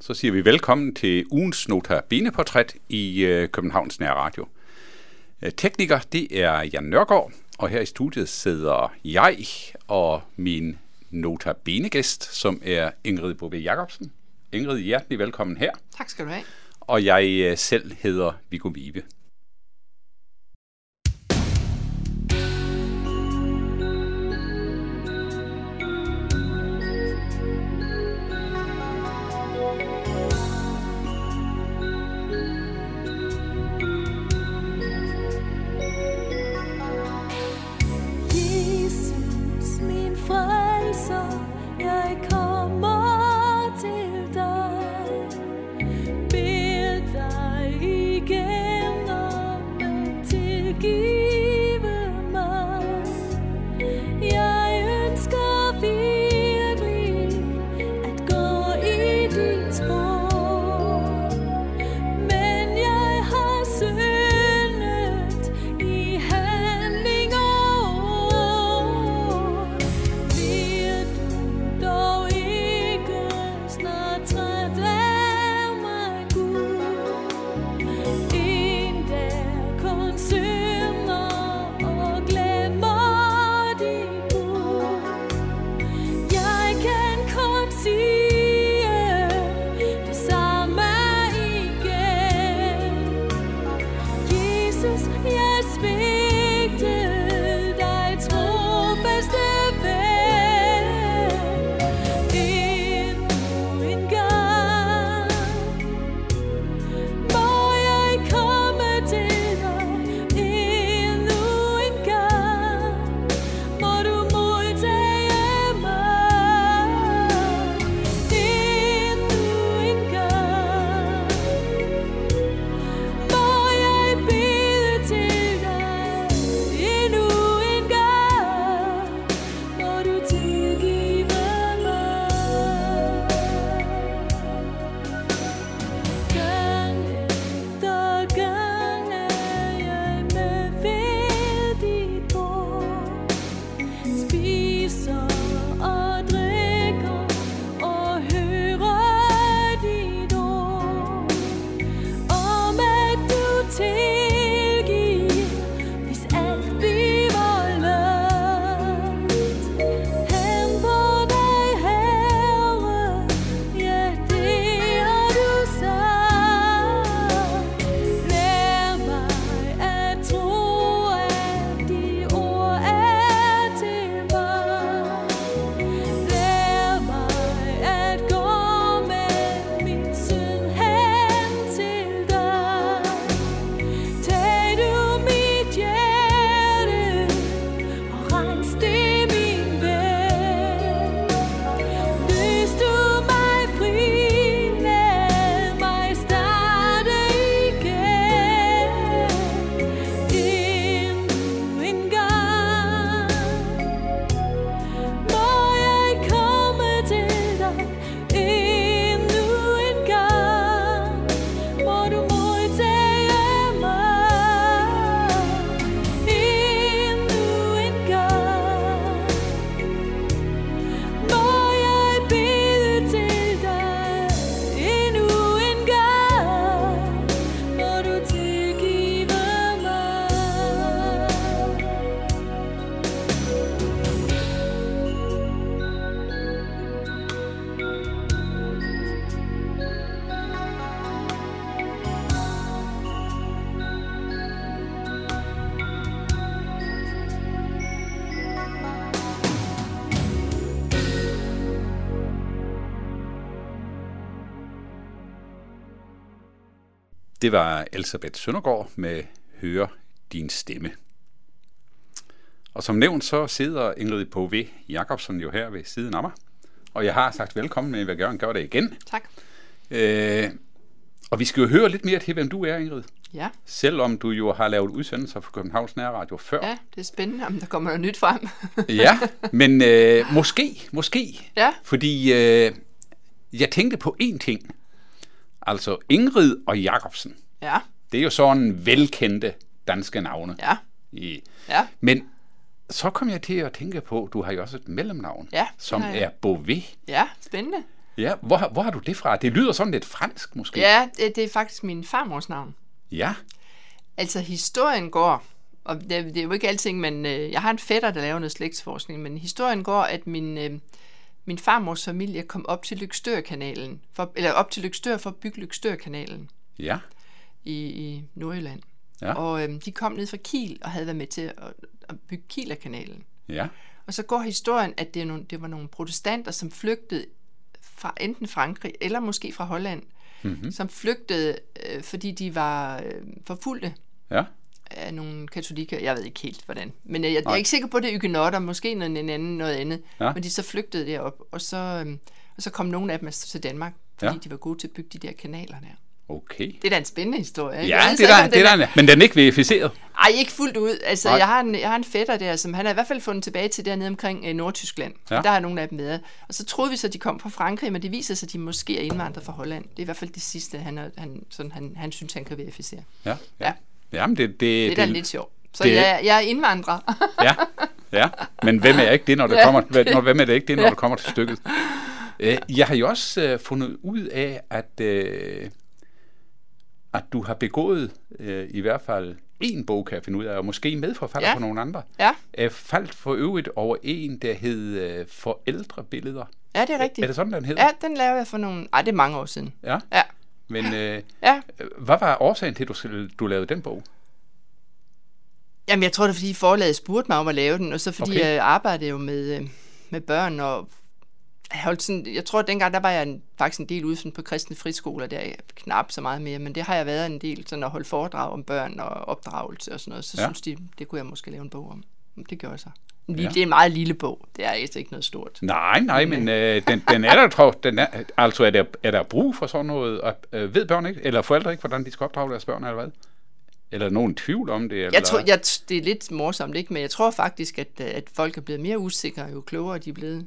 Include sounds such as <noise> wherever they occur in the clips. så siger vi velkommen til ugens Nota Beneportræt i øh, Københavns Nær Radio. Øh, Tekniker, det er Jan Nørgaard, og her i studiet sidder jeg og min Nota Bene-gæst, som er Ingrid Bove Jacobsen. Ingrid, hjertelig velkommen her, Tak skal du have. og jeg øh, selv hedder Viggo Vive. Jesus, min frelser, jeg kommer til dig. Bed dig igen om at tilgive mig. Jeg ønsker virkelig at gå i dit spor. Men jeg har syndet i handling og ord. Bliver du dog ikke snart træt af mig, Gud? En dag kun synder og glemmer dit bud. Jeg kan kun sige det samme igen. Jesus, jeg svigtede dig trofaste ven. Endnu en gang må jeg komme til dig endnu en gang. Må du modtage mig endnu en gang. Må jeg bede til dig endnu en gang. Må du tilgive mig. Gang efter gang er jeg med ved dit bord. Spiser og drikker og hører dit ord. Om at du tilgiver, hvis alt bliver løst. Han på dig, Herre, ja, det har du sagt. Lær mig at tro, at de ord er til mig. Lær mig at gå med min synd hen til dig. Tag du mit hjerte og rens det, min ven. Løs du mig fri, lad mig starte igen. Endnu en gang må jeg komme til dig endnu en gang. Må du modtage mig endnu en gang. Må jeg bede til dig endnu en gang. Må du tilgive mig. Det var Elisabeth Søndergaard med Høre din stemme. Og som nævnt, så sidder Ingrid P.V. Jacobsen jo her ved siden af mig. Og jeg har sagt velkommen, men jeg vil gerne gøre det igen. Tak. Øh, og vi skal jo høre lidt mere til, hvem du er, Ingrid. Ja. Selvom du jo har lavet udsendelser for Københavns Nærradio før. ja, det er spændende, om der kommer noget nyt frem. <laughs> ja men øh, måske, måske. Ja. Fordi øh, jeg tænkte på én ting. Altså Ingrid og Jacobsen. ja, Det er jo sådan velkendte danske navne. ja, I. ja. Men så kom jeg til at tænke på, du har jo også et mellemnavn, Ja, det som har jeg. er Bové. Ja, spændende. Ja, hvor, har- hvor har du det fra? Det lyder sådan lidt fransk måske. Ja, det, det er faktisk min farmors navn. Ja, Altså, historien går, og det, det er jo ikke alting, men øh, jeg har en fætter, der laver noget slægtsforskning, men historien går, at min, øh, min farmors familie kom op til Lykstørkanalen, for, eller op til Lykstør for at bygge Lykstørkanalen ja, i, i Nordjylland. Ja. Og øh, de kom ned fra Kiel og havde været med til at, at bygge Kielerkanalen. ja, Og så går historien, at det, er nogle, det var nogle protestanter, som flygtede fra enten Frankrig eller måske fra Holland, Mhm. mm-hmm. som flygtede, øh, fordi de var øh, forfulgte ja. af nogle katolikker. Jeg ved ikke helt, hvordan. Men øh, jeg, jeg Nej. er ikke sikker på, at det er ykkenotter, måske noget, en anden, noget andet. Ja. Ja. Men de så flygtede derop, og så, øh, og så kom nogle af dem altså til Danmark, fordi Ja. ja. de var gode til at bygge de der kanaler der. Okay. Det er da en spændende historie. ikke? Ja, Jeg ved det så er der, ikke, om det den er der, men den er ikke verificeret. Ej, ikke fuldt ud. Altså, Nej. jeg har, en, jeg har en fætter der, som han er i hvert fald fundet tilbage til dernede omkring øh, Nordtyskland. Ja. Ja. Der er nogle af dem med. Og så troede vi så, at de kom fra Frankrig, men det viser sig, at de måske er indvandret fra Holland. Det er i hvert fald det sidste, han, er, han, sådan, han, han synes, han kan verificere. Ja, ja. Ja. Jamen, det, det, Det er da lidt sjovt. Så det- jeg, jeg er indvandrer. <laughs> Ja, ja. Men hvem er ikke det, når det Ja, kommer, hva- når, hvem er det ikke det, når det kommer til stykket? Øh, Jeg har jo også øh, fundet ud af, at, øh, at du har begået øh, i hvert fald en bog, kan jeg finde ud af, og måske medforfatter Ja. på nogle andre. ja. Jeg faldt for øvrigt over en, der hed øh, Forældrebilleder. ja, det er rigtigt. Er det sådan, den hed? Ja, den lavede jeg for nogle... Ej, det er mange år siden. ja. Ja, Men øh, ja. hvad var årsagen til, at du, du lavede den bog? Jamen, jeg tror, det er, fordi forlaget spurgte mig om at lave den, og så fordi Okay. okay. jeg arbejdede jo med, øh, med børn, og jeg, holdt sådan, jeg tror, at dengang, der var jeg en, faktisk en del ude sådan på kristne friskoler, der er jeg knap så meget mere, men det har jeg været en del, sådan at holde foredrag om børn og opdragelse og sådan noget, så Ja. ja. synes de, det kunne jeg måske lave en bog om. Men Det gjorde jeg så. En Lille, Ja. ja. Det er en meget lille bog, det er altså ikke noget stort. Nej, nej, men øh, den, den er der, tror den er, altså er der, er der brug for sådan noget, og, øh, ved børn ikke, eller forældre ikke, hvordan de skal opdrage deres børn, eller hvad? Eller er nogen i tvivl om det? Eller? Jeg tror, jeg, det er lidt morsomt, ikke? men jeg tror faktisk, at, øh, at folk er blevet mere usikre, jo klogere de er blevet.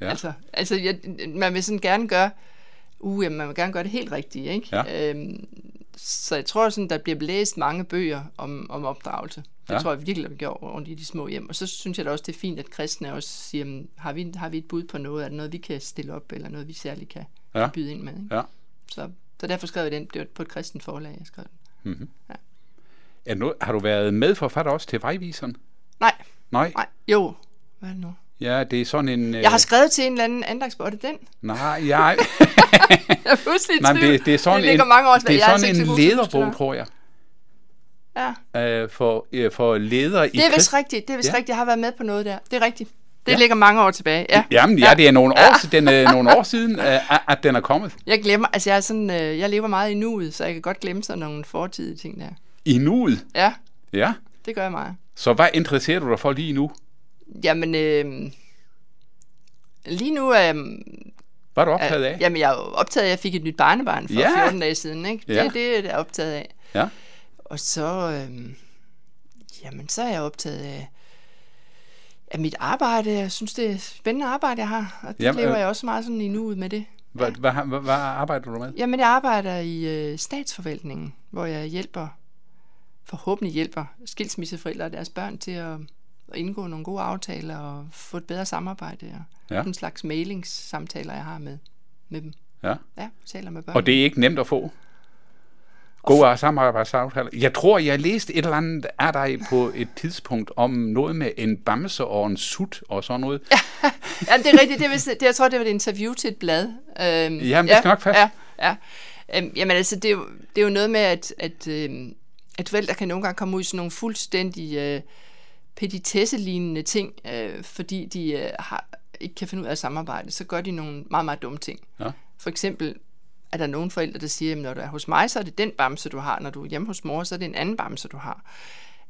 Ja. Ja. Altså, altså jeg, man vil sådan gerne gøre, uh, jamen, man vil gerne gøre det helt rigtigt, ikke? Ja. Øhm, så jeg tror sådan, der bliver læst mange bøger om, om opdragelse. Det Ja. ja. tror jeg virkelig, der bliver gjort rundt i de små hjem. Og så synes jeg da også, det er fint, at kristne også siger, jamen, har, vi, har vi et bud på noget? Er det noget, vi kan stille op, eller noget, vi særligt kan Ja. ja. byde ind med? Ikke? Ja. Så, så derfor skrev jeg den. Det var på et kristent forlag, jeg skrev den. Er nu, har du været medforfatter også til Vejviseren? Nej, Nej, nej, jo. Hvad er det nu? ja, det er sådan en... Øh, Jeg har skrevet til en eller anden andagsbog, er det den? Nej, <laughs> jeg, Jeg er pludselig i nej, men tvivl. det, det er sådan det ligger en, mange år tilbage. det Jeg er altså sådan ikke så en god til at huske lederbog, det. tror jeg, Ja. øh, for, øh, for ledere i Det er vist krist- rigtigt, det er vist Ja. rigtigt. Jeg har været med på noget der. Det er rigtigt. Det Ja. ja. ligger mange år tilbage. Ja. Jamen, ja, det er nogle år, ja. den, øh, nogle år siden, øh, at- at den er kommet. Jeg glemmer, altså jeg, er sådan, øh, jeg lever meget i nuet, så jeg kan godt glemme sådan nogle fortidige ting der. I nuet, Ja, ja. det gør jeg meget. Så hvad interesserer du dig for lige nu? Jamen, øh, lige nu er jeg- Hvad er du optaget af? Jamen, jeg er jo optaget af, at jeg fik et nyt barnebarn for Ja. ja. 14 dage siden, ikke? Det Ja. er det, jeg er optaget af. Ja. Og så, øhm, jamen, så er jeg optaget af, af mit arbejde. Jeg synes, det er et spændende arbejde, jeg har, og det Jamen, jamen, lever øh, jeg også meget sådan i nuet med det. Hvad, hvad, hvad, hvad arbejder du med? Jamen, jeg arbejder i øh, statsforvaltningen, hvor jeg hjælper, forhåbentlig hjælper skilsmisseforældre og deres børn til at, at indgå nogle gode aftaler og få et bedre samarbejde og Ja. ja. en slags mailingssamtaler, jeg har med, med dem. Ja. Ja, taler med børn. Og det er ikke nemt at få. Gode samarbejdsaftaler. Jeg tror, jeg læste et eller andet af dig på et tidspunkt om noget med en bamse og en sut og sådan noget. Ja, Ja, det er rigtigt. Det er, vist- det, jeg tror, det var et interview til et blad. Øhm, Jamen, det skal nok passe. Ja, ja. Øhm, jamen, altså, det er, jo, det er jo noget med, at, at, øhm, at forældre kan nogle gange komme ud i sådan nogle fuldstændig øh, peditesse-lignende ting, øh, fordi de øh, har, ikke kan finde ud af at samarbejde. Så gør de nogle meget, meget dumme ting. Ja. For eksempel er der nogle forældre, der siger, at når du er hos mig, så er det den bamse, du har. Når du er hjemme hos mor, så er det en anden bamse, du har.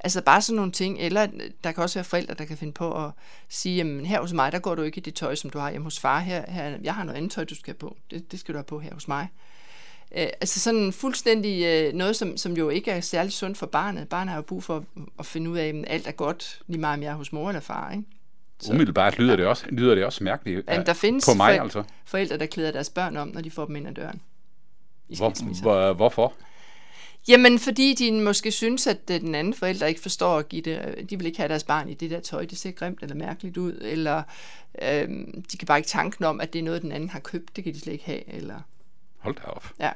Altså bare sådan nogle ting. Eller der kan også være forældre, der kan finde på at sige, jamen her hos mig, der går du ikke i det tøj, som du har hjemme hos far. Her, her, jeg har noget andet tøj, du skal have på. Det, det skal du have på her hos mig. Øh, altså sådan fuldstændig øh, noget, som, som jo ikke er særlig sundt for barnet. Barnet har jo brug for at, at finde ud af, at alt er godt, lige meget om jeg er hos mor eller far. Ikke? Umiddelbart lyder det også, lyder det også mærkeligt. Jamen, der findes på mig forældre, altså. forældre, der klæder deres børn om, når de får dem ind ad døren. I Hvor, skilsmisser. hvor, hvorfor? Jamen, fordi de måske synes, at øh, den anden forælder ikke forstår at give det. øh, De vil ikke have deres barn i det der tøj. Det ser grimt eller mærkeligt ud. Eller øh, de kan bare ikke tanken om, at det er noget, den anden har købt. Det kan de slet ikke have. Eller, Hold da op. ja.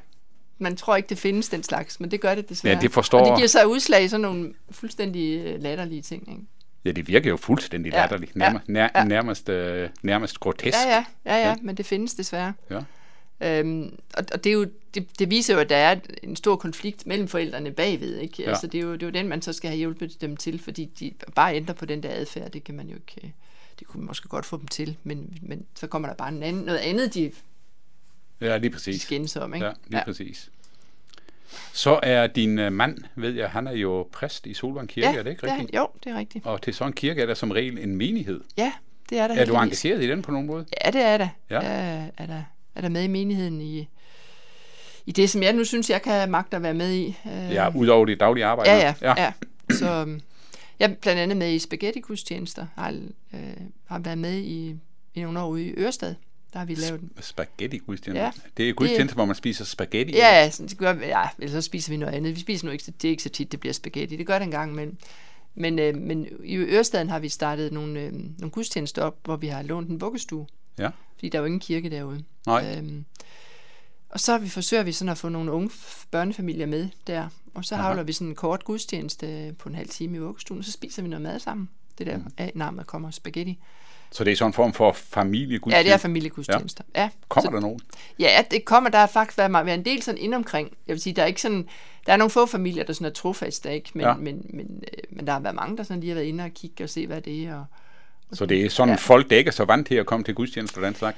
Man tror ikke, det findes den slags, men det gør det desværre. Ja, det forstår- Og det giver sig udslag i sådan nogle fuldstændig øh, latterlige ting. Ikke? Ja, det virker jo fuldstændig Ja, latterligt. ja, Nærmest, nær, ja. nærmest, øh, nærmest grotesk. Ja, ja, ja, ja, men det findes desværre. ja. Øhm, og, og det, er jo, det, det viser jo, at der er en stor konflikt mellem forældrene bagved. Ikke? Ja. Ja. Altså, det, er jo, det er jo den, man så skal have hjulpet dem til, fordi de bare ændrer på den der adfærd, det kan man jo ikke... øh, Det kunne man måske godt få dem til, men, men så kommer der bare en anden, noget andet, de, ja lige de præcis. skændes om. Ikke? Ja, lige ja. præcis. Så er din øh, mand, ved jeg, han er jo præst i Solvang Kirke, ja, er det ikke det er rigtigt? han. Jo, det er rigtigt. Og til sådan en kirke er der som regel en menighed. Ja, det er der. Er du heldigvis. engageret i den på nogen måde? Ja, det er der. Ja. Ja. Jeg er der, er der med i menigheden i, i det, som jeg nu synes, jeg kan magte at være med i. Øh, Ja, udover det daglige arbejde. Ja, ja, ja. ja. Så øhm, jeg er blandt andet med i spaghetti-gudstjenester. Har, øh, har været med i, i nogle år ude i Ørestad. Der har vi lavet den. Spaghetti gudstjeneste. Ja. Ja. Det er gudstjeneste, hvor man spiser spaghetti. Ja, ja, sådan, det gør, vi- ja, eller så spiser vi noget andet. Vi spiser nu ikke, så- det er ikke så tit, det bliver spaghetti. Det gør det en gang imellem. Men, øh, men i Ørestaden har vi startet nogle, øh, nogle gudstjenester op, hvor vi har lånt en vuggestue. ja. Fordi der er jo ingen kirke derude. Nej. Øhm, og så har vi, forsøger vi sådan at få nogle unge f- børnefamilier med der. Og så Aha. havler vi sådan en kort gudstjeneste på en halv time i vuggestuen, og så spiser vi noget mad sammen. Det Mhm. der af navn, der kommer spaghetti. Så det er sådan en form for familiegudstjeneste. Ja, det er familiegudstjenester. Ja. ja. Kommer der nogen? Ja, det kommer. Der har faktisk været, meget- været en del sådan ind omkring. Jeg vil sige, der er ikke sådan... Der er nogle få familier, der sådan er trofaste, ikke? Men, Ja. ja. men, men, øh, men der har været mange, der sådan lige har været inde og kigge og se, hvad det er. Og, Så det er sådan, Ja. folk, der ikke er så vant til at komme til gudstjenester og den slags.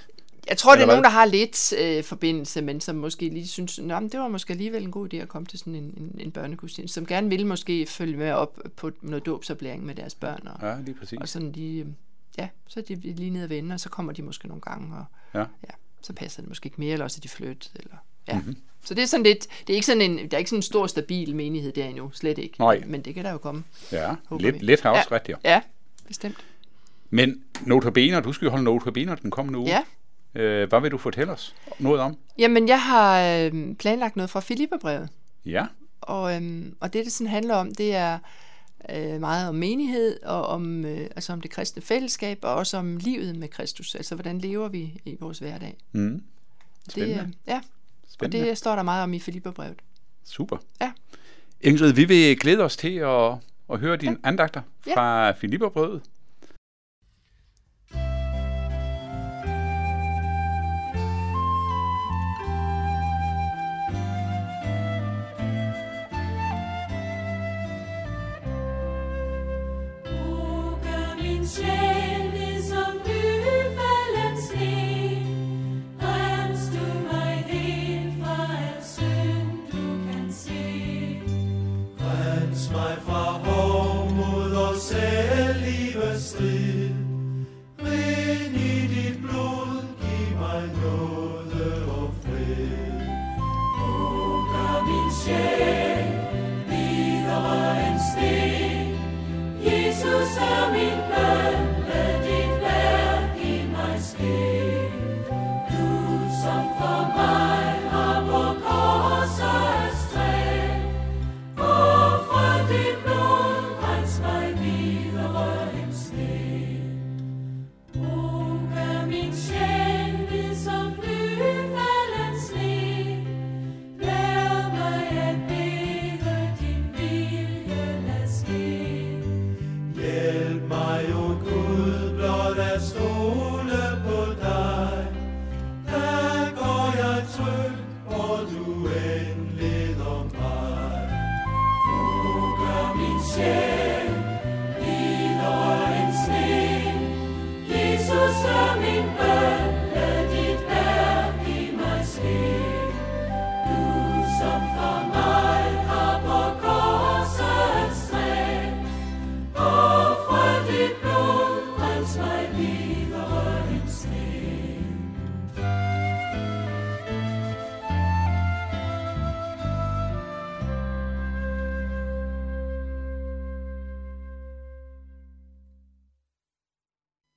Jeg tror, det Eller er hvad? nogen, der har lidt øh, forbindelse, men som måske lige synes, Nå, men det var måske alligevel en god idé at komme til sådan en, en, en børnegudstjeneste, som gerne vil måske følge med op på noget dåbsoplæring med deres børn. Og, ja. Ja, lige præcis. og sådan lige, øh, ja, så er de lige nede og vende, og så kommer de måske nogle gange, og Ja. ja, så passer det måske ikke mere, eller også er de flyttet, eller ja. Mhm. Mm-hmm. Så det er sådan lidt, det er ikke sådan en, der er ikke sådan en stor, stabil menighed der endnu, slet ikke. Nej. Men det kan der jo komme. Ja, håber lidt, vi. lidt har også ja. ja. ret, Uh. ja. Ja, bestemt. Men notabener, du skal jo holde notabener den kommende uge. Ja. Øh, hvad vil du fortælle os noget om? Jamen, jeg har øh, planlagt noget fra Filipperbrevet. Ja, Og, øhm, og det, det sådan handler om, det er øh, meget om menighed og om, øh, altså om det kristne fællesskab og også om livet med Kristus. Altså, hvordan lever vi i vores hverdag? Mm. Spændende. Det, øh, ja, og spændende. Det... det står der meget om i Filipperbrevet. Super. Ja. Ingrid, vi vil glæde os til at, at høre dine ja. andagter fra Filipperbrødet. ligesom